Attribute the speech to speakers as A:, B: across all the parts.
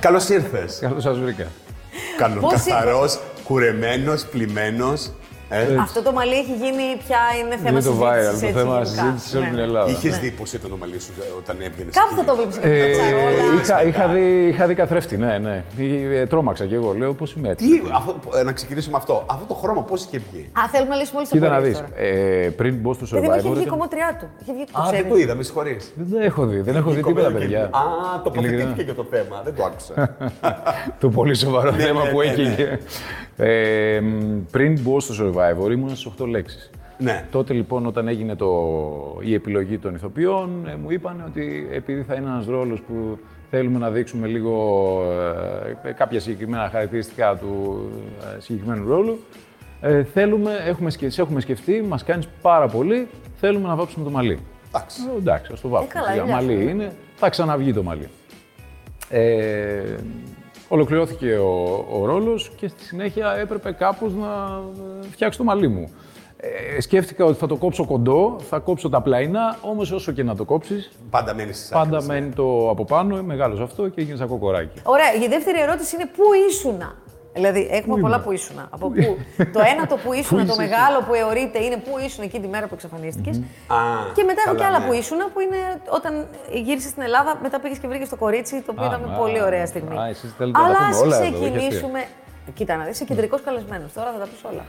A: Καλώς ήρθες.
B: Καλώς σας βρήκα.
A: Καλοκαθαρός, κουρεμένος, πλημμένος. Ε.
C: Αυτό το μαλλί έχει γίνει πια είναι θέμα
B: Είναι το viral,
C: συζήτησης,
B: το
C: έτσι,
B: θέμα
C: γενικά.
B: συζήτησης σε όλη την
C: Ναι.
B: Ελλάδα.
A: Είχες δει πώς ήταν το μαλλί σου ε, όταν έβγαινες.
C: Κάπου θα το βλέπεις και
B: Ε,
C: με τα τσαρόλα.
B: είχα, είχα, δει, είχα δει καθρέφτη, ναι, ναι. Ε, Τρόμαξα κι εγώ, λέω πώς είμαι έτσι.
A: Τι, αυτό- ε, να ξεκινήσουμε αυτό. Αυτό το χρώμα πώς είχε βγει.
C: Α, θέλουμε να λύσουμε όλες τις
B: Κοίτα να
C: απορίες
B: δεις,
C: τώρα.
B: ε, πριν μπω στο
C: Γιατί μου είχε
B: Survivor...
C: βγει η
B: ήταν-
C: κομμωτριά του. Είχε βγει το
A: Α,
C: ξέρεις.
A: δεν το είδα, με συγχωρείς.
B: Δεν το έχω δει, δεν έχω δει τίποτα,
A: Κομμένο
B: παιδιά.
A: κέντρο. Α, τοποθετήθηκε
B: Ειλικρινά.
A: και το θέμα. Δεν το άκουσα.
B: Το πολύ σοβαρό θέμα
A: ναι,
B: που
A: ναι,
B: έχει.
A: ναι.
B: και- Ε, μ, πριν μπω στο Survivor ήμουν στις 8 λέξεις.
A: Ναι.
B: Τότε λοιπόν όταν έγινε το, η επιλογή των ηθοποιών ε, μου είπαν ότι επειδή θα είναι ένας ρόλος που θέλουμε να δείξουμε λίγο ε, κάποια συγκεκριμένα χαρακτηριστικά του ε, συγκεκριμένου ρόλου ε, θέλουμε, έχουμε, σκε- σε έχουμε σκεφτεί, μας κάνεις πάρα πολύ, θέλουμε να βάψουμε το μαλλί.
A: Εντάξει.
B: Ε, εντάξει, ας το βάψουμε.
C: καλά,
B: Για
C: είναι
B: μαλλί
C: αυτό.
B: είναι, θα ξαναβγεί το μαλλί. Ε, ολοκληρώθηκε ο, ο ρόλος και στη συνέχεια έπρεπε κάπως να ε, φτιάξω το μαλλί μου. Ε, σκέφτηκα ότι θα το κόψω κοντό, θα κόψω τα πλαϊνά, όμως όσο και να το κόψεις,
A: Πάντα μένεις στι
B: πάντα μένει το από πάνω, μεγάλος αυτό και έγινε σαν κοκοράκι.
C: Ωραία, η δεύτερη ερώτηση είναι πού ήσουνα. Δηλαδή, έχουμε πολλά που ήσουνα. Από πού. το ένα το που ήσουνα, το
B: ήσουν.
C: μεγάλο που εωρείται είναι πού ήσουν εκεί τη μέρα που εξαφανίστηκες.
A: Α,
C: και μετά έχω και
A: καλά,
C: άλλα
A: ναι.
C: που ήσουνα, που είναι όταν γύρισε στην Ελλάδα, μετά πήγες και βρήκες το κορίτσι, το οποίο
B: Α,
C: ήταν
B: α,
C: πολύ ωραία στιγμή.
B: α, εσείς θέλετε να τα
C: Αλλά
B: πούμε
C: ας
B: όλα εδώ,
C: ξεκινήσουμε. Κοίτα να δεις, είσαι κεντρικός καλεσμένος. Τώρα θα τα πεις όλα.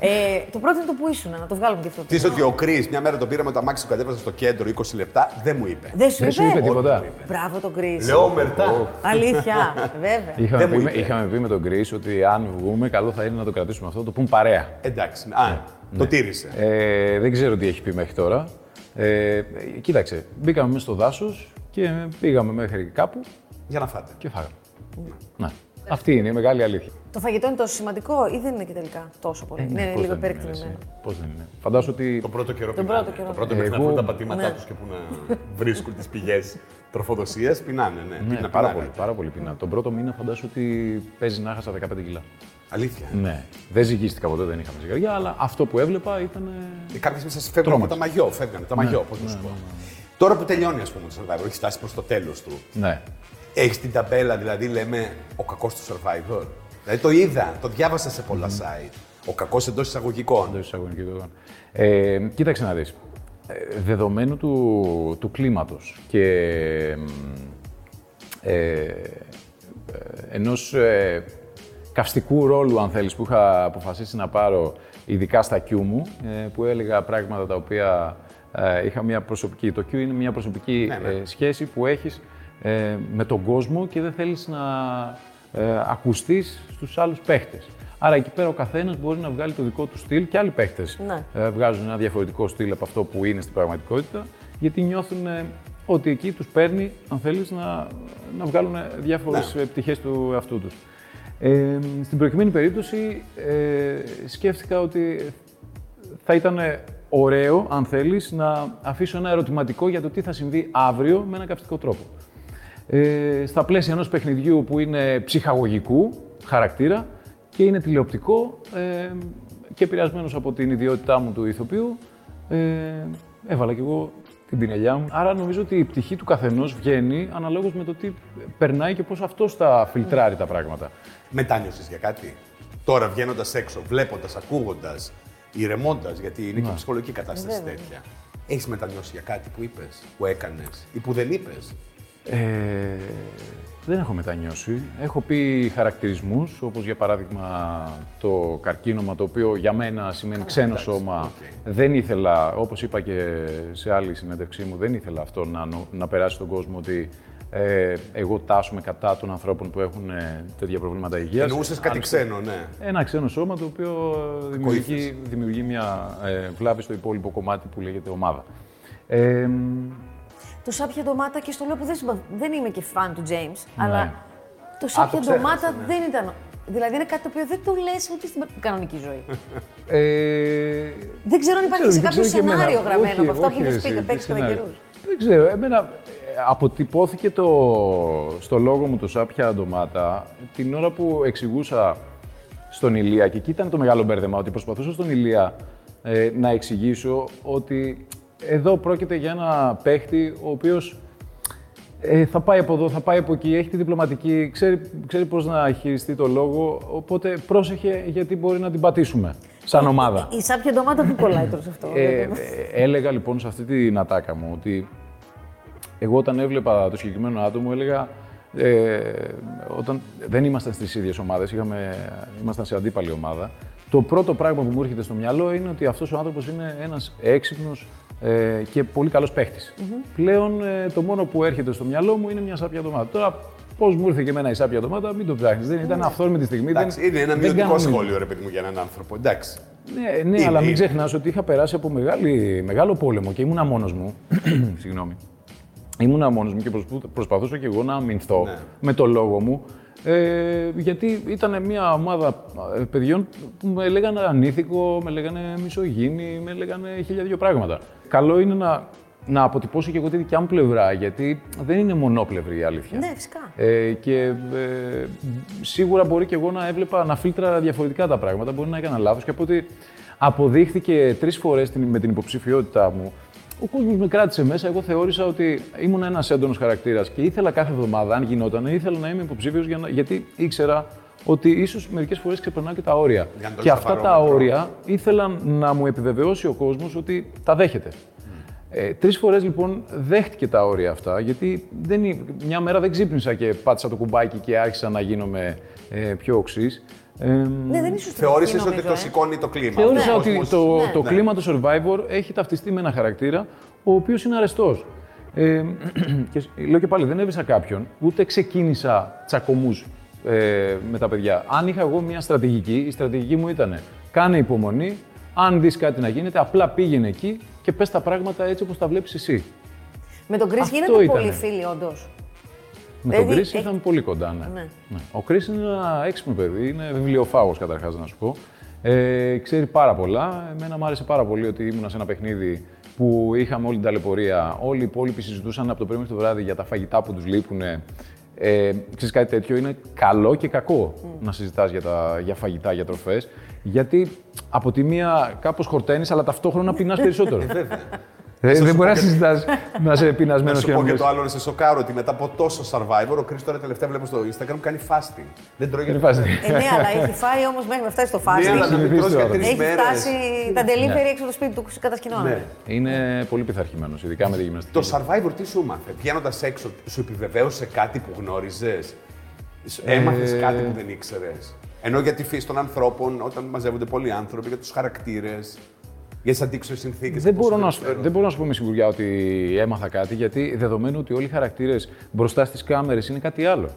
C: ε, το πρώτο είναι το που ήσουνα, να το βγάλουμε και αυτό. το
A: Τι ότι ο Κρι μια μέρα το πήραμε το αμάξι του κατέβαζα στο κέντρο 20 λεπτά, δεν μου είπε.
C: Δεν σου
B: Δεν σου είπε
C: είπε.
B: τίποτα.
C: Μπράβο τον Κρι.
A: Λέω μετά.
C: Αλήθεια, βέβαια.
B: Είχαμε
A: μου
B: πει, με-
A: είπε.
B: είχαμε πει με τον Chris ότι αν βγούμε, καλό θα είναι να το κρατήσουμε αυτό, να το πούμε παρέα.
A: Εντάξει. ναι. Α,
C: Ναι.
A: το τήρησε.
B: Ε, δεν ξέρω τι έχει πει μέχρι τώρα. Ε, κοίταξε, μπήκαμε μέσα στο δάσος και πήγαμε μέχρι κάπου
A: Για να φάτε.
B: και φάγαμε. Να. Αυτή είναι η μεγάλη αλήθεια.
C: Το φαγητό είναι τόσο σημαντικό ή δεν είναι και τελικά τόσο πολύ. ναι, είναι
B: Ε, Πώς
C: λίγο
B: δεν είναι,
C: υπερεκτιμημένο.
B: ρε, εσύ. Πώς δεν είναι. Φαντάζομαι ότι.
A: Το πρώτο καιρό
C: Τον
A: πεινάνε.
C: πρώτο καιρό.
A: Το πρώτο
B: Ε,
A: μέχρι να
B: εγώ-
A: βρουν τα πατήματά
C: Ναι.
A: τους και που να βρίσκουν τις πηγές τροφοδοσίας, πεινάνε. Ναι,
B: Ναι,
A: Πεινάνε,
B: πάρα,
A: πεινάνε.
B: πολύ, πάρα πολύ πεινά. Τον πρώτο μήνα φαντάζομαι ότι παίζει να χάσα 15 κιλά.
A: Αλήθεια.
B: Ναι. Δεν ζυγίστηκα ποτέ, δεν είχαμε ζυγαριά, αλλά αυτό που έβλεπα ήταν. ε,
A: Κάποιες μέσα σε φεύγουν από τα μαγιό. Φεύγανε τα μαγιό, πώς να σου πω. Τώρα που τελειώνει, ας πούμε, το survivor, έχει φτάσει προς το τέλος του.
B: Ναι.
A: Έχεις την ταμπέλα, δηλαδή λέμε ο κακός του survivor. Δηλαδή το είδα, το διάβασα σε πολλα site. Ο κακός εντός εισαγωγικών.
B: εντός εισαγωγικών εικόνων. Ε, κοίταξε να δεις. Ε, δεδομένου του, του κλίματος και ε, ε, ενός ε, καυστικού ρόλου, αν θέλεις, που είχα αποφασίσει να πάρω, ειδικά στα Q μου, ε, που έλεγα πράγματα τα οποία ε, είχα μια προσωπική... Το Q είναι μια προσωπική ε, σχέση που έχεις ε, με τον κόσμο και δεν θέλεις να ε, ακουστείς στους άλλους παίχτες. Άρα εκεί πέρα ο καθένας μπορεί να βγάλει το δικό του στυλ και άλλοι παίχτες
C: Ναι.
B: ε, βγάζουν ένα διαφορετικό στυλ από αυτό που είναι στην πραγματικότητα, γιατί νιώθουν ε, ότι εκεί τους παίρνει, αν θέλεις, να, να βγάλουν διάφορες ναι. πτυχές του εαυτού τους. Ε, στην προκειμένη περίπτωση, ε, σκέφτηκα ότι θα ήταν ωραίο, αν θέλεις, να αφήσω ένα ερωτηματικό για το τι θα συμβεί αύριο με ένα καυστικό τρόπο. Ε, στα πλαίσια ενός παιχνιδιού που είναι ψυχαγωγικού χαρακτήρα και είναι τηλεοπτικό ε, και επηρεασμένο από την ιδιότητά μου του ηθοποιού, ε, έβαλα κι εγώ την πινελιά μου. Άρα νομίζω ότι η πτυχή του καθενός βγαίνει αναλόγως με το τι περνάει και πώς αυτός τα φιλτράρει τα πράγματα.
A: Μετάνιωσες για κάτι. Τώρα βγαίνοντας έξω, βλέποντας, ακούγοντας, ηρεμώντας, γιατί είναι και
B: Ναι.
A: η ψυχολογική κατάσταση τέτοια. Έχεις μετανιώσει για κάτι που είπες, που έκανες ή που δεν είπες.
B: Ε, δεν έχω μετανιώσει. Έχω πει χαρακτηρισμούς, όπως για παράδειγμα το καρκίνωμα, το οποίο για μένα σημαίνει ξένο σώμα. Δεν ήθελα, όπως είπα και σε άλλη συνέντευξή μου, δεν ήθελα αυτό να, νο- να περάσει στον κόσμο ότι ε, εγώ τάσσομαι κατά των ανθρώπων που έχουν ε, τέτοια προβλήματα υγείας.
A: Εννοούσες κάτι ξένο, ναι.
B: Ένα ξένο σώμα το οποίο ε, δημιουργεί, δημιουργεί μια ε, βλάβη στο υπόλοιπο κομμάτι που λέγεται ομάδα. Ε, μ,
C: Το σάπια ντομάτα και στο λέω που δεν, συμπα- δεν είμαι και φαν του James,
B: Ναι.
C: αλλά το
A: το
C: σάπια
A: ξέχασα,
C: ντομάτα δεν ήταν. Δηλαδή είναι κάτι το οποίο δεν το λες ούτε στην κανονική ζωή.
B: ε,
C: δεν ξέρω αν υπάρχει σε
B: Δεν
C: κάποιο
B: ξέρω και εμένα.
C: σενάριο γραμμένο
B: Όχι,
C: από αυτά
B: όχι,
C: που
B: ρε,
C: έχει
B: εσύ,
C: πει και
B: τι
C: παίξει κατά
B: σενάριο.
C: καιρούς.
B: Δεν ξέρω, εμένα ε, αποτυπώθηκε το, στο λόγο μου το σάπια ντομάτα την ώρα που εξηγούσα στον Ηλία και εκεί ήταν το μεγάλο μπέρδεμα ότι προσπαθούσα στον Ηλία ε, να εξηγήσω ότι εδώ πρόκειται για ένα παίχτη ο οποίος Ε, θα πάει από εδώ, θα πάει από εκεί, έχει τη διπλωματική, ξέρει, ξέρει πώς να χειριστεί το λόγο, οπότε πρόσεχε γιατί μπορεί να την πατήσουμε
C: Ε,
B: σαν ομάδα.
C: Η σάπια ντομάτα που κολλάει τώρα σε αυτό.
B: Ε, ε,
C: δεν το-
B: έλεγα λοιπόν σε αυτή την ατάκα μου ότι εγώ όταν έβλεπα το συγκεκριμένο άτομο έλεγα ε, όταν δεν ήμασταν στις ίδιες ομάδες, είχαμε, ήμασταν σε αντίπαλη ομάδα, το πρώτο πράγμα που μου έρχεται στο μυαλό είναι ότι αυτός ο άνθρωπος είναι ένας έξυπνος ε, και πολύ καλός παίχτης. Πλέον ε, το μόνο που έρχεται στο μυαλό μου είναι μια σάπια ντομάτα. Τώρα πώς μου ήρθε και εμένα η σάπια ντομάτα, μην το ψάχνεις, δεν ήταν αυθόρμητη στιγμή.
A: Εντάξει,
B: δεν,
A: είναι ένα
B: δεν
A: μειωτικό
B: κάνουμε-
A: σχόλιο, ρε παιδί μου, για έναν άνθρωπο. Εντάξει.
B: ναι, ναι
A: Είναι,
B: αλλά μην
A: είναι.
B: ξεχνάς ότι είχα περάσει από μεγάλη, μεγάλο πόλεμο και ήμουνα μόνος μου. Συγγνώμη. Ήμουνα μόνος μου και προσπου- προσπαθούσα και εγώ να αμυνθώ
A: Ναι.
B: με το λόγο μου. Ε, γιατί ήταν μια ομάδα ε, παιδιών που με λέγανε ανήθικο, με λέγανε μισογίνη, με λέγανε χίλια δύο πράγματα. Καλό είναι να, να αποτυπώσω και εγώ τη δικιά μου πλευρά, γιατί δεν είναι μονόπλευρη η αλήθεια.
C: Ναι, φυσικά.
B: Ε, και ε, σίγουρα μπορεί και εγώ να έβλεπα να φίλτρα διαφορετικά τα πράγματα. Μπορεί να έκανα λάθος και από ότι αποδείχθηκε τρεις φορές με την υποψηφιότητά μου. Ο κόσμος με κράτησε μέσα. Εγώ θεώρησα ότι ήμουν ένας έντονος χαρακτήρας και ήθελα κάθε εβδομάδα, αν γινόταν, ήθελα να είμαι υποψήφιος για να- γιατί ήξερα ότι ίσως μερικές φορές ξεπερνάω και τα όρια.
A: Για να το
B: Και
A: έχεις
B: αυτά τα
A: σταθερό.
B: όρια ήθελαν να μου επιβεβαιώσει ο κόσμος ότι τα δέχεται. Ε, Τρεις φορές λοιπόν δέχτηκε τα όρια αυτά, γιατί δεν, ή- μια μέρα δεν ξύπνησα και πάτησα το κουμπάκι και άρχισα να γίνομαι ε, πιο οξύς. Ε,
C: Ναι, δεν ήσουν στην
A: Θεώρησε ότι
C: αρχή, νομίζω,
A: το
C: ε.
A: σηκώνει το κλίμα.
B: θεώρησα
A: Ο
B: ότι
A: κόσμος-
B: το,
C: ναι.
B: το
A: Ναι.
B: κλίμα του survivor έχει ταυτιστεί με ένα χαρακτήρα ο οποίος είναι αρεστός. Ε, και σ- λέω και πάλι, δεν έβρισα κάποιον, ούτε ξεκίνησα τσακωμούς ε, με τα παιδιά. Αν είχα εγώ μια στρατηγική, η στρατηγική μου ήταν κάνε υπομονή, αν δεις κάτι να γίνεται, απλά πήγαινε εκεί και πες τα πράγματα έτσι όπως τα βλέπεις εσύ.
C: Με τον Κρι
B: Αυτό
C: γίνετε πολύ
B: ήτανε.
C: φίλοι, όντως.
B: Με
C: Δηλαδή,
B: τον Κρίση
C: έχει-
B: ήρθαμε πολύ κοντά, ναι.
C: Ναι.
B: Ναι. Ο Κρίση είναι ένα έξυπνο παιδί, είναι βιβλιοφάγος καταρχάς να σου πω. Ε, ξέρει πάρα πολλά. Εμένα μου άρεσε πάρα πολύ ότι ήμουνα σε ένα παιχνίδι που είχαμε όλη την ταλαιπωρία. Όλοι οι υπόλοιποι συζητούσαν από το πρωί μέχρι το βράδυ για τα φαγητά που τους λείπουν. Ε, ξέρεις κάτι τέτοιο είναι καλό και κακό
A: Mm.
B: να συζητάς για, τα, για φαγητά, για τροφές. Γιατί από τη μία κάπως χορταίνεις, αλλά ταυτόχρονα πεινάς περισσότερο. Ε, δεν μπορεί να συζητάς να είσαι
A: Να
B: πεινασμένος
A: σου
B: και να
A: πω
B: μην
A: και
B: λες.
A: το άλλο να σε σοκάρω ότι μετά από τόσο survivor, ο Κρι τώρα τελευταία βλέπω στο Instagram κάνει fasting. Δεν τρώει
B: Δεν
A: για
B: υπάρχει.
C: Ε, ναι, αλλά έχει φάει όμως μέχρι να φτάσει στο
A: Ναι, αλλά να
C: φάστι.
A: μην τρως για τρεις
C: Έχει
A: μέρες.
C: φτάσει τα delivery έξω από το σπίτι του
A: Ναι.
C: κατασκηνώνει.
B: Είναι πολύ πειθαρχημένος, ειδικά με τη γυμναστική.
A: Το survivor τι σου μάθε, βγαίνοντας έξω, σου επιβεβαίωσε κάτι που γνώριζες. Έμαθες κάτι
B: Ε,
A: που δεν ήξερες. Ενώ για τη φύση των ανθρώπων, όταν μαζεύονται πολλοί άνθρωποι, για τους χαρακτήρες, για τις αντίξωες συνθήκες.
B: Δεν μπορώ, να, σου- δεν μπορώ να σου πω με σιγουριά ότι έμαθα κάτι, γιατί δεδομένου ότι όλοι οι χαρακτήρες μπροστά στις κάμερες είναι κάτι άλλο.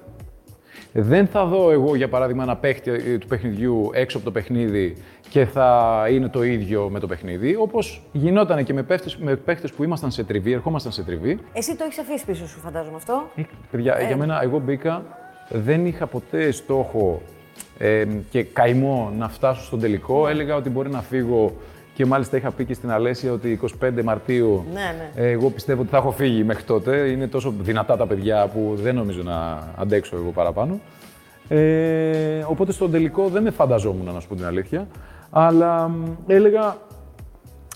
B: Δεν θα δω εγώ, για παράδειγμα, ένα παίχτη ε, του παιχνιδιού έξω από το παιχνίδι και θα είναι το ίδιο με το παιχνίδι, όπως γινόταν και με παίχτες με παίχτες που ήμασταν σε τριβή, ερχόμασταν σε τριβή.
C: Εσύ το έχεις αφήσει πίσω σου, φαντάζομαι αυτό.
B: Ναι. Παιδιά, για μένα, εγώ μπήκα, δεν είχα ποτέ στόχο ε, και καημό να φτάσω στον τελικό. Έλεγα ότι μπορεί να φύγω και μάλιστα είχα πει και στην Αλέσια ότι 25 Μαρτίου
C: Ναι,
B: ε, εγώ πιστεύω ότι θα έχω φύγει μέχρι τότε. Είναι τόσο δυνατά τα παιδιά που δεν νομίζω να αντέξω εγώ παραπάνω. Ε, οπότε στον τελικό δεν με φανταζόμουν, να σου πω την αλήθεια. Αλλά μ, έλεγα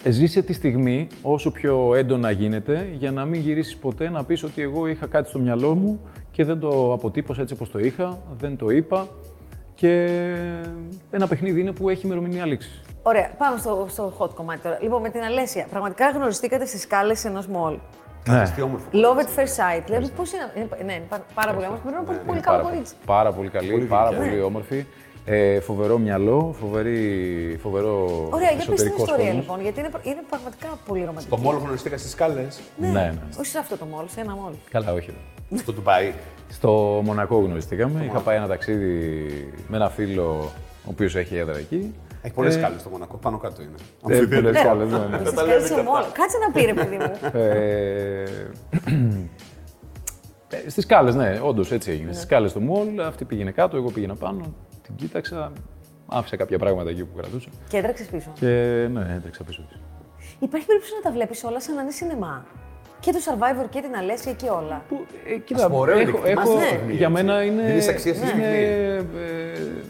B: Ζήσε τη στιγμή όσο πιο έντονα γίνεται για να μην γυρίσεις ποτέ να πεις ότι εγώ είχα κάτι στο μυαλό μου και δεν το αποτύπωσα έτσι όπως το είχα, δεν το είπα και ένα παιχνίδι είναι που έχει ημερομηνία λήξης.
C: Ωραία, πάμε στο, στο hot κομμάτι τώρα. Λοιπόν, με την Αλέσια, πραγματικά γνωριστήκατε στις σκάλες ενός μall.
A: Ναι. Τι όμορφο.
C: Love at first sight. Δηλαδή, πώς είναι. είναι- Ναι, είναι πά- πάρα πολύ όμορφο. Πρέπει να είναι πολύ
B: Ε, Είναι
C: καλό
B: πάρα,
C: κορίτσι.
B: πάρα πολύ καλή, πάρα πολύ όμορφη, ε, φοβερό μυαλό, φοβερή, φοβερό
C: Ωραία, για πες την
B: εσωτερικός
C: ιστορία
B: κόσμος.
C: λοιπόν, γιατί είναι, πρα- είναι πραγματικά πολύ
A: Το
C: ρομαντική.
A: μόλο γνωριστήκα στις σκάλες,
B: Ναι, ναι.
C: Όχι σε αυτό το μόλ, σε ένα μόλ.
B: Καλά, όχι. εδώ.
A: στο Ντουμπάι.
B: Στο Μονακό γνωριστήκαμε. Είχα πάει ένα ταξίδι με ένα φίλο ο οποίος έχει έδρα εκεί.
A: Έχει πολλές σκάλες στο Μονακό, πάνω κάτω είναι.
B: Ε, πολλές
C: Ναι.
B: σκάλες, ναι, ναι.
C: Στις
A: τα λέω
C: σκάλες
A: και
C: του μόλ. Κάτσε να πει, ρε παιδί μου.
B: Ε, ε, Στις σκάλες, ναι, όντως έτσι έγινε. Στις σκάλες του μόλ, αυτή πήγαινε κάτω, εγώ πήγαινα πάνω, την κοίταξα, άφησα κάποια πράγματα εκεί που κρατούσα
C: και έτρεξες πίσω.
B: και ναι, έτρεξα πίσω της.
C: Υπάρχει περίπτωση να τα βλέπεις όλα σαν να είναι σινεμά. Και το survivor και την Αλέσια και όλα.
B: Που, ε, κοίτα,
A: πούμε, ωραίο είναι,
B: έχω,
A: εκτιμάς
B: έχω-
A: τη στιγμή,
B: για
A: έτσι.
B: μένα είναι...
A: Δίνεις αξία στη
B: είναι,
A: στιγμή.
B: ε,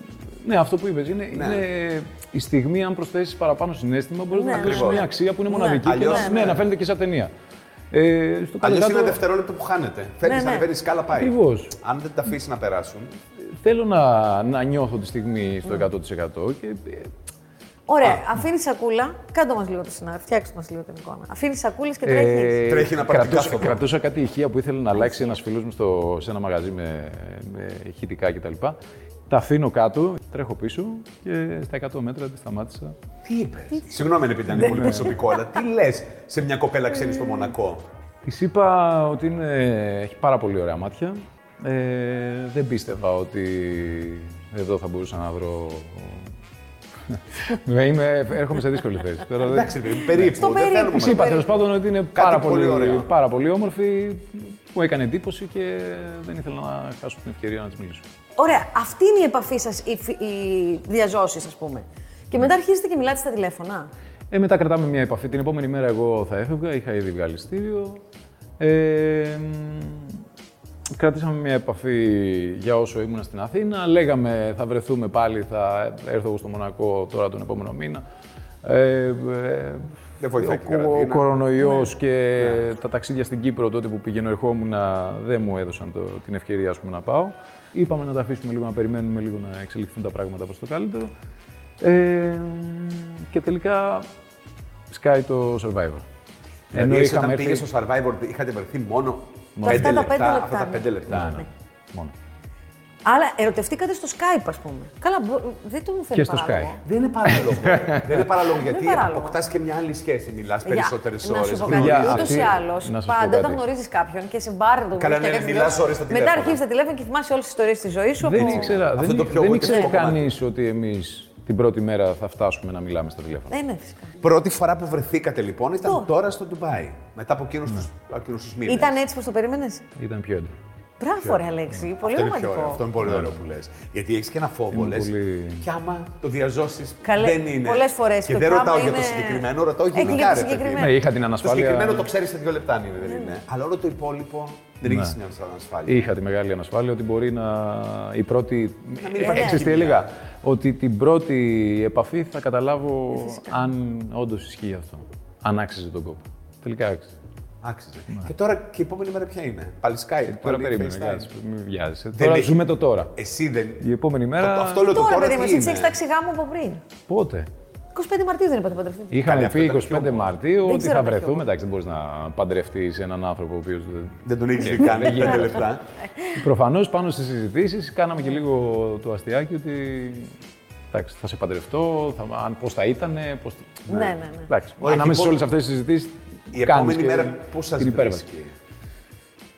B: ναι, αυτό που είπες, είναι,
A: Ναι.
B: είναι η στιγμή, αν προσθέσεις παραπάνω συνέστημα, μπορείς
C: Ναι.
B: να δώσεις
A: Ακριβώς.
B: μια αξία που είναι
C: Ναι.
B: μοναδική και
A: Αλλιώς,
B: να,
A: ναι.
B: ναι, να φαίνεται και σαν ταινία. Ε, στο
A: Αλλιώς
B: κάτω-κάτω,
A: είναι δευτερόλεπτο που χάνεται. Φέρνει,
C: ναι.
A: ανεβαίνει σκάλα, πάει.
B: Ακριβώς.
A: Αν δεν τα αφήσεις να περάσουν.
B: θέλω να, να νιώθω τη στιγμή στο 100% και ε,
C: Ωραία, αφήνεις σακούλα. Κάντο μας λίγο το σενάριο, φτιάξτε μας λίγο την εικόνα. Αφήνεις σακούλες και
B: Ε,
C: τρέχεις.
A: Τρέχει να πάρει το
B: κρατούσα,
A: κάστρο.
B: κρατούσα κάτι ηχεία που ήθελε να αλλάξει ένας φίλος μου στο, σε ένα μαγαζί με, με ηχητικά κτλ. Τα αφήνω κάτω, τρέχω πίσω και στα 100 μέτρα τη σταμάτησα.
A: Τι είπες. Συγγνώμη, επειδή
B: Ναι,
A: ήταν πολύ προσωπικό, αλλά τι λες σε μια κοπέλα ξένη στο Μονακό.
B: Της είπα ότι είναι, έχει πάρα πολύ ωραία μάτια. Ε, δεν πίστευα ότι εδώ θα μπορούσα να βρω. Ναι, είμαι, έρχομαι σε δύσκολη θέση. Τώρα δεν-
A: Εντάξει, παιδί, περίπου.
C: Στο
A: δεν
C: περίπου.
A: θέλουμε
B: Της είπα
A: να-
B: τέλος πάντων ότι είναι πάρα
A: πολύ
B: πολύ,
A: ωραίο.
B: πάρα πολύ όμορφη. Μου έκανε εντύπωση και δεν ήθελα να χάσω την ευκαιρία να της μιλήσω.
C: Ωραία, αυτή είναι η επαφή σας, οι, φι- οι διαζώσει, ας πούμε. Και μετά αρχίζετε και μιλάτε στα τηλέφωνα.
B: Ε, μετά κρατάμε μια επαφή. Την επόμενη μέρα εγώ θα έφευγα, είχα ήδη βγάλει στήριο. Ε, μ, κρατήσαμε μια επαφή για όσο ήμουν στην Αθήνα. Λέγαμε θα βρεθούμε πάλι, θα έρθω εγώ στο Μονακό τώρα τον επόμενο μήνα. Ε, ε,
A: Δεν βοηθάει και η
B: ο- ο,
A: καραντίνα. Ναι.
B: κορονοϊός και τα ταξίδια στην Κύπρο τότε που πηγαίνω ερχόμουν δεν μου έδωσαν το, την ευκαιρία ας πούμε, να πάω. Είπαμε να τα αφήσουμε λίγο, να περιμένουμε λίγο να εξελιχθούν τα πράγματα προς το καλύτερο. Ε, και τελικά σκάει το Survivor.
A: Δηλαδή, εσύ όταν
B: έρθει-
A: πήγες στο Survivor, είχατε βρεθεί μόνο
C: Με αυτά
A: πέντε
C: τα
A: λεπτά.
C: πέντε λεπτά,
A: Αυτά τα
C: ναι.
A: πέντε
B: Ναι,
A: λεπτά.
B: ναι, μόνο.
C: Αλλά ερωτευτήκατε στο Skype, ας πούμε. Καλά, μπο- δεν το μου φαίνεται
B: Και στο
C: παράλογο.
B: Skype.
A: Δεν είναι παράλογο. Δεν είναι παράλογο γιατί
C: παράλογο.
A: αποκτάς και μια άλλη σχέση. Μιλάς
C: Για-
A: περισσότερες
C: Να σου πω
A: ώρε.
C: κάτι.
B: Παιδιά,
C: Ούτως
B: αυτή-
C: ή άλλως,
B: να σας πω
C: πάντα όταν
B: κάτι.
C: γνωρίζεις κάποιον και σε μπαρ το
A: Καλά,
C: γνωρίζεις
A: ναι,
C: και
A: μιλάς
C: κάτι
A: ώρες στα
C: τέτοιο,
A: τηλέφωνα.
C: Μετά αρχίζεις τα τηλέφωνα και θυμάσαι όλες τις ιστορίες της ζωής σου.
B: Δεν
C: από-
B: ήξερα,
A: Αυτό
B: δεν,
A: το πιο
B: δεν
A: εγωιστικό
B: ήξερε
A: κομμάτι.
B: κανείς ότι εμείς την πρώτη μέρα θα φτάσουμε να μιλάμε στα τηλέφωνα.
C: Ε, ναι, φυσικά.
A: Πρώτη φορά που βρεθήκατε λοιπόν ήταν
C: Αυτό.
A: τώρα στο Ντουμπάι. Μετά από
B: Ναι.
A: εκείνους τους μήνες.
C: Ήταν έτσι πώ το περίμενες.
B: Ήταν πιο έντονο.
C: Μπράβο, ρε Αλέξη. Πολύ
A: Αυτό είναι πιο ωραίο. Αυτό
C: ρομαντικό.
A: είναι πολύ ωραίο που λες. Γιατί έχεις και ένα φόβο,
B: Είναι
A: λες.
B: πολύ-
A: Και άμα το διαζώσεις,
C: Καλέ,
A: δεν είναι.
C: πολλές φορές
A: Και
C: το
A: δεν
C: πράγμα
A: ρωτάω για το
C: είναι-
A: συγκεκριμένο, ρωτάω
C: Ε, και για το
A: γενικά. ρε παιδί.
C: συγκεκριμένο.
B: Ναι, είχα την
A: Το
B: ανασφάλεια.
A: συγκεκριμένο το ξέρεις σε δύο λεπτά αν είναι, δεν είναι. Ναι, Αλλά όλο το υπόλοιπο δεν
B: Ναι.
A: έχει μια ανασφάλεια.
B: Είχα τη μεγάλη ανασφάλεια ότι μπορεί να. Η πρώτη.
A: μην
B: Ε,
A: υπάρχει
B: ξέρεις τι
A: χημία.
B: έλεγα. Ότι την πρώτη επαφή θα καταλάβω αν όντως ισχύει αυτό. Αν άξιζε τον κόπο. Τελικά άξιζε.
A: Άξιζε. Και τώρα και η επόμενη μέρα ποια είναι. Πάλι Skype.
B: Ναι. Τώρα
A: πάλι
B: περίμενε,
A: FaceTime.
B: κάτσε, μην βιάζεσαι. Τώρα
A: έχει.
B: ζούμε το τώρα.
A: Εσύ δεν.
B: Η επόμενη μέρα.
A: Το- Αυτό λέω το
C: Τώρα,
A: τώρα.
C: παιδί μου,
A: τι
C: εσύ τι
A: είναι.
C: έχει ταξιγά μου από πριν.
B: Πότε.
C: 25 Μαρτίου δεν είπατε παντρευτείτε.
B: Είχαμε
A: αυτό
B: πει
A: ήταν
B: 25 Μαρτίου
C: Δεν
B: ότι
C: ξέρω
B: θα
C: τα πιο
B: βρεθούμε.
C: όμορφα.
B: Εντάξει, δεν μπορείς να παντρευτείς έναν άνθρωπο ο οποίος.
A: Δεν τον
B: Ναι,
A: έχει δει καν πέντε λεπτά.
B: Προφανώς πάνω στις συζητήσεις κάναμε και λίγο το αστείακι ότι. Εντάξει, θα σε παντρευτώ, θα, αν, πώς θα ήταν, πώς...
C: Ναι, ναι, ναι.
B: Εντάξει,
A: Ωραία, και
B: ανάμεσα σε
A: πο-
B: όλες αυτές τις συζητήσεις
A: Η
B: κάνεις
A: επόμενη
B: και
A: μέρα πώς σα
B: την υπέρβαση.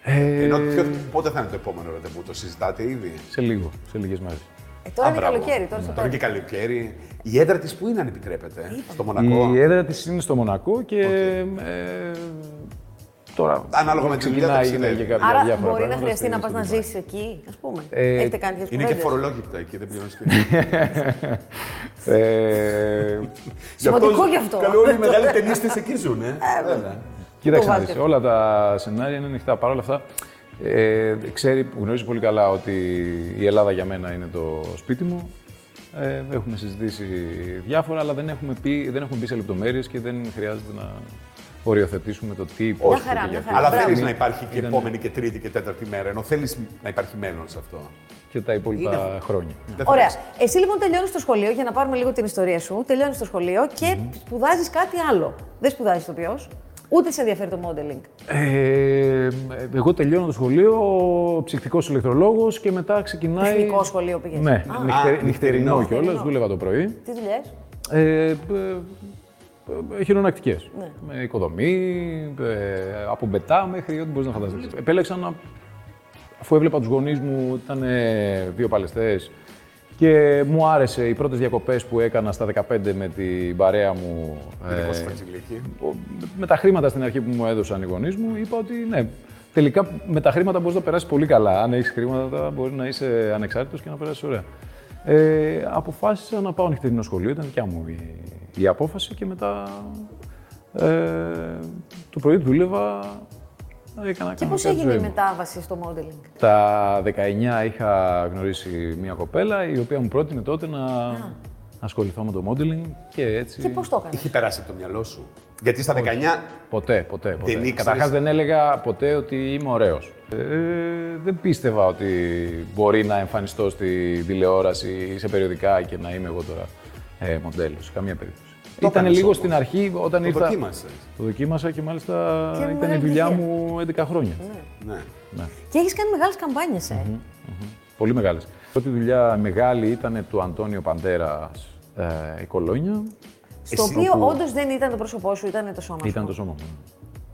B: Ε,
A: βρίσκει. Ενώ ποιο- πότε θα είναι το επόμενο ραντεβού, το συζητάτε ήδη.
B: Σε λίγο, σε λίγες μέρες.
C: Ε, τώρα
A: Α,
C: είναι
A: μπράβο.
C: καλοκαίρι, τώρα στο
A: Τώρα
C: τώρα.
A: και καλοκαίρι. Η έδρα της που είναι, αν επιτρέπετε, στο Μονακό.
B: Η έδρα της είναι στο Μονακό και... Ε, τώρα
A: Ανάλογα με τη δουλειά
B: ξεκινάει
A: ταξιδεύει.
B: και κάποια
C: Άρα
B: διάφορα
C: μπορεί να
B: πράγματα
C: χρειαστεί
B: στη-
C: να πας
B: στο
C: να
B: Ντουμπάι.
C: ζήσεις εκεί, ας πούμε.
B: Ε,
C: Έχετε κάνει τέτοιες
A: Είναι και
C: κουβέντες.
A: φορολόγητα εκεί, δεν πληρώνεις και.
B: Ε,
C: Σημαντικό γι' αυτό.
A: Καλό, όλοι οι μεγάλοι ταινίστες εκεί ζουν. Ε.
B: Κοίταξε
C: Το
B: να
C: βάζετε.
B: δεις, όλα τα σενάρια είναι ανοιχτά. Παρ' όλα αυτά, ε, ξέρει, γνωρίζει πολύ καλά ότι η Ελλάδα για μένα είναι το σπίτι μου. Ε, έχουμε συζητήσει διάφορα, αλλά δεν έχουμε πει, δεν έχουμε μπει σε λεπτομέρειες και δεν χρειάζεται να οριοθετήσουμε το τι, πώς,
C: χαρά,
B: πού και
C: μια
B: γιατί.
C: χαρά.
A: Αλλά
C: Μπράβο.
A: θέλεις να υπάρχει και
B: Ήταν-
A: επόμενη και τρίτη και τέταρτη μέρα, ενώ θέλεις να υπάρχει μέλλον σε αυτό.
B: Και τα υπόλοιπα χρόνια.
A: Δεν
C: Ωραία.
A: θέλεις.
C: Εσύ λοιπόν τελειώνεις το σχολείο, για να πάρουμε λίγο την ιστορία σου. Τελειώνεις το σχολείο και σπουδάζεις κάτι άλλο. Δεν σπουδάζεις το ποιος. Ούτε σε ενδιαφέρει το modeling.
B: Ε, εγώ τελειώνω το σχολείο, ψυχτικός ηλεκτρολόγος και μετά ξεκινάει...
C: Τεχνικό σχολείο πήγες.
B: Ναι,
C: Α.
B: νυχτερι-
A: Α,
B: νυχτερινό
A: νυχτερινό.
B: κιόλας, δούλευα το πρωί.
C: Τι δουλειές.
B: Ε, ε, ε, χειρονακτικές. Με οικοδομή, ε, από μπετά μέχρι ό,τι μπορείς να φανταστείς. Επέλεξα να. αφού έβλεπα τους γονείς μου, ήταν ε, βιοπαλαιστέ και μου άρεσε οι πρώτες διακοπές που έκανα στα 15 με την παρέα μου. ε,
A: Δικό σου Φατζηλίκη.
B: ο- με τα χρήματα στην αρχή που μου έδωσαν οι γονείς μου, είπα ότι ναι. Τελικά με τα χρήματα μπορείς να περάσεις πολύ καλά. Αν έχεις χρήματα, μπορείς να είσαι ανεξάρτητος και να περάσεις ωραία. Ε, αποφάσισα να πάω νυχτερινό σχολείο, ήταν δικιά μου η, η απόφαση και μετά ε, το πρωί δούλευα. Έκανα
C: Και
B: κάνω
C: πώ
B: κάτι
C: έγινε
B: ζωή
C: η
B: μου.
C: μετάβαση στο modeling.
B: Τα 19 είχα γνωρίσει μία κοπέλα η οποία μου πρότεινε τότε να ασχοληθώ με το modeling και έτσι.
C: Και πώς το έκανες.
A: Είχε περάσει από το μυαλό σου. Γιατί στα 19
B: Ποτέ, ποτέ. ποτέ.
A: ήξερες-
B: Καταρχάς δεν έλεγα ποτέ ότι είμαι ωραίος. Ε, δεν πίστευα ότι μπορεί να εμφανιστώ στη τηλεόραση ή σε περιοδικά και να είμαι εγώ τώρα ε, μοντέλο. σε Καμία περίπτωση.
A: Το
B: Ήταν
A: έκανες
B: λίγο
A: όμως.
B: στην αρχή όταν
A: το
B: ήρθα.
A: δοκίμασες.
B: Το δοκίμασα και μάλιστα
C: Και
B: ήταν η
C: μεγάλη
B: δουλειά
C: επιτυχία.
B: μου 11 χρόνια.
A: Ναι.
C: Και έχεις κάνει μεγάλες καμπάνιες, ε.
B: Πολύ μεγάλες. Η πρώτη δουλειά μεγάλη ήταν του Αντώνιο Παντέρα ε, η Κολόνια.
C: Στο
A: Εσύ
C: οποίο
A: όπου-
C: όντως δεν ήταν το πρόσωπό σου, ήταν το σώμα σου.
B: Ήταν το σώμα μου.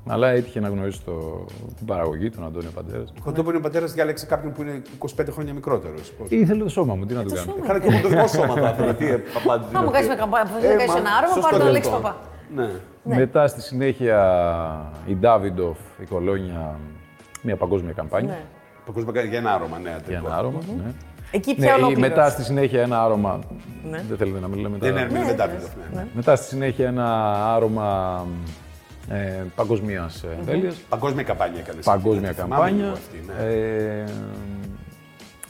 B: Αλλά έτυχε να γνωρίσω το, την παραγωγή, τον Αντώνιο Παντέρας.
A: Κοντόπιν ο πατέρα διάλεξε κάποιον που είναι 25 χρόνια μικρότερος.
B: Ήθελε το σώμα μου, τι να του
C: Ε, Το
B: κάνω.
C: σώμα.
A: Κάνα και εγώ το δικό σώμα θα ήθελα. Τι ε, απάντηση.
C: Θα μου
A: είναι
C: κάνει
A: αυτή.
C: μια καμπάνια. Θα κάνεις
A: μα,
C: ένα άρωμα,
A: σωστό
C: πάρε τον
A: λοιπόν.
C: Αλέξη Παπά.
A: Ναι.
B: Μετά στη συνέχεια η Ντάβιντοφ, η Κολόνια, μια παγκόσμια καμπάνια.
C: Ναι.
A: Παγκόσμια κάνει για ένα άρωμα, ναι.
B: Για
A: ακριβώς.
B: ένα άρωμα. Ναι.
C: Εκεί πια
B: Ναι, η-
C: ολόκληρος.
B: μετά στη συνέχεια ένα άρωμα.
C: Ναι.
B: Δεν θέλετε να μιλάμε
A: Ναι,
B: μετά.
A: ναι, ναι,
C: Ναι,
A: δεν τα
C: ναι.
A: πήρε, ναι.
B: Μετά στη συνέχεια ένα άρωμα ε, παγκοσμίας εμβέλεια.
A: Παγκόσμια καμπάνια έκανε.
B: Παγκόσμια καμπάνια.
A: Ε,
B: ε,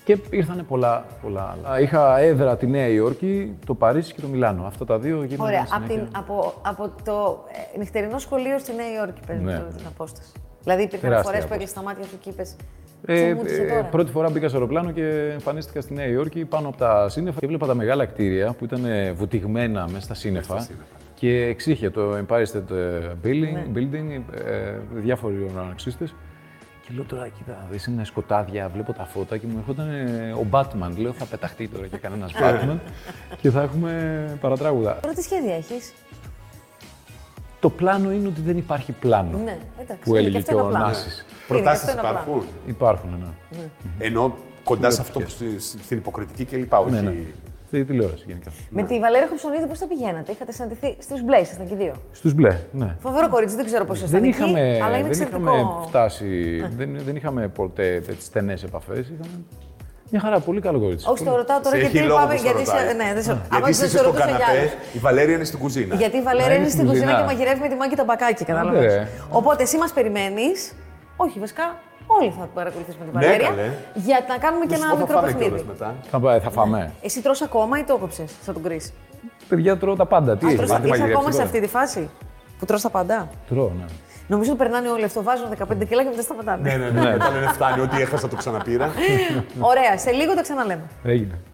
B: και ήρθαν πολλά, πολλά άλλα. Είχα έδρα τη Νέα Υόρκη, το Παρίσι και το Μιλάνο. Αυτά τα δύο γίνανε.
C: Ωραία,
B: Ναι, συνέχεια.
C: από, την, από, από το ε, νυχτερινό σχολείο στη Νέα Υόρκη παίρνεις
B: Ναι,
C: το-
B: ναι.
C: την απόσταση. Δηλαδή υπήρχαν
B: Τεράστια
C: φορές που
B: απόσταση.
C: έκλεισες τα μάτια σου και είπες.
B: Ε,
C: Ε, τώρα.
B: ε, πρώτη φορά μπήκα σε αεροπλάνο και εμφανίστηκα στη Νέα Υόρκη πάνω από τα σύννεφα και βλέπα τα μεγάλα κτίρια που ήταν ε, βουτυγμένα μέσα στα σύννεφα. Και εξήχε το Empire State ε, Building,
C: Ναι.
B: building ε, διάφοροι αναξίστε. Και λέω τώρα, κοίτα, να δεις είναι σκοτάδια, βλέπω τα φώτα και μου έρχονταν ε, ο Batman. Λέω, θα πεταχτεί τώρα και κανένας
C: Ναι.
B: Batman και θα έχουμε παρατράγουδα.
C: Τώρα τι σχέδια έχεις.
B: Το πλάνο είναι ότι δεν υπάρχει πλάνο.
C: Ναι, εντάξει.
B: Που έλεγε
C: και αυτό
B: και
C: είναι
B: ο
C: απλά.
B: Νάσης.
C: Είναι,
A: Προτάσει
C: και αυτό είναι απλά.
A: υπάρχουν.
B: Υπάρχουν, ναι.
A: Ενώ κοντά σε αυτό που στη- στην υποκριτική κλπ.
B: Ναι, ναι.
A: Όχι.
B: Στη τηλεόραση γενικά.
C: Με τη Βαλέρια Χρυσονίδη πώ τα πηγαίνατε, είχατε συναντηθεί στου Μπλε, ήσασταν και οι δύο.
B: Στους μπλε, ναι.
C: Φοβερό κορίτσι, δεν ξέρω πώς ήσασταν.
B: Δεν
C: εκεί,
B: είχαμε,
C: αλλά είναι
B: δεν
C: εξαιρετικό. Ναι.
B: είχαμε φτάσει, δεν, δεν είχαμε ποτέ έτσι, στενές επαφές. Είχαμε μια χαρά, πολύ καλό κορίτσι.
C: Όχι, το
B: Πολύ-
C: ρωτάω τώρα
A: Σε
C: γιατί
A: έχει λόγο
C: πάμε.
A: που σε
C: Γιατί
A: ρωτάει.
C: σε- ναι, δεν σε- άμα
A: Γιατί
C: δεν
A: είσαι
C: σε
A: στον
C: ρωτούσα κι άλλους.
A: καναπέ, η Βαλέρια είναι στην κουζίνα.
C: Γιατί η Βαλέρια
B: είναι
C: είναι στην
B: στην
C: κουζίνα
B: κουζίνα.
C: και μαγειρεύει με τη μάγκη τα μπακάκι,
B: Άντε,
C: κατάλαβε.
B: ρε.
C: Οπότε εσύ μας περιμένεις. Όχι, βασικά όλοι θα παρακολουθήσουμε τη
A: Ναι,
C: Βαλέρια.
A: καλέ.
C: για να κάνουμε και
A: Μη σου
C: ένα
A: πω, θα
C: μικρό
A: φάμε κιόλας
C: παιχνίδι.
A: μετά.
B: Θα, πά- θα φάμε.
C: Εσύ τρως ακόμα ή το έκοψες, θα τον κρίσει.
B: Παιδιά τρώω τα πάντα. Τι
C: Αν
B: έχετε,
C: τρως,
B: δεν τη
C: είσαι
B: μαγειρέψετε
C: ακόμα σε
B: τώρα.
C: αυτή τη φάση που τρως τα παντά.
B: Τρώω, ναι.
C: Νομίζω ότι περνάνε όλοι αυτό. Βάζουν 15 κιλά και μετά σταματάνε.
B: Ναι.
A: Ναι, ναι, ναι. Όταν δεν φτάνει, ό,τι έχασα το ξαναπήρα.
C: Ωραία, σε λίγο τα ξαναλέμε.
B: Έγινε.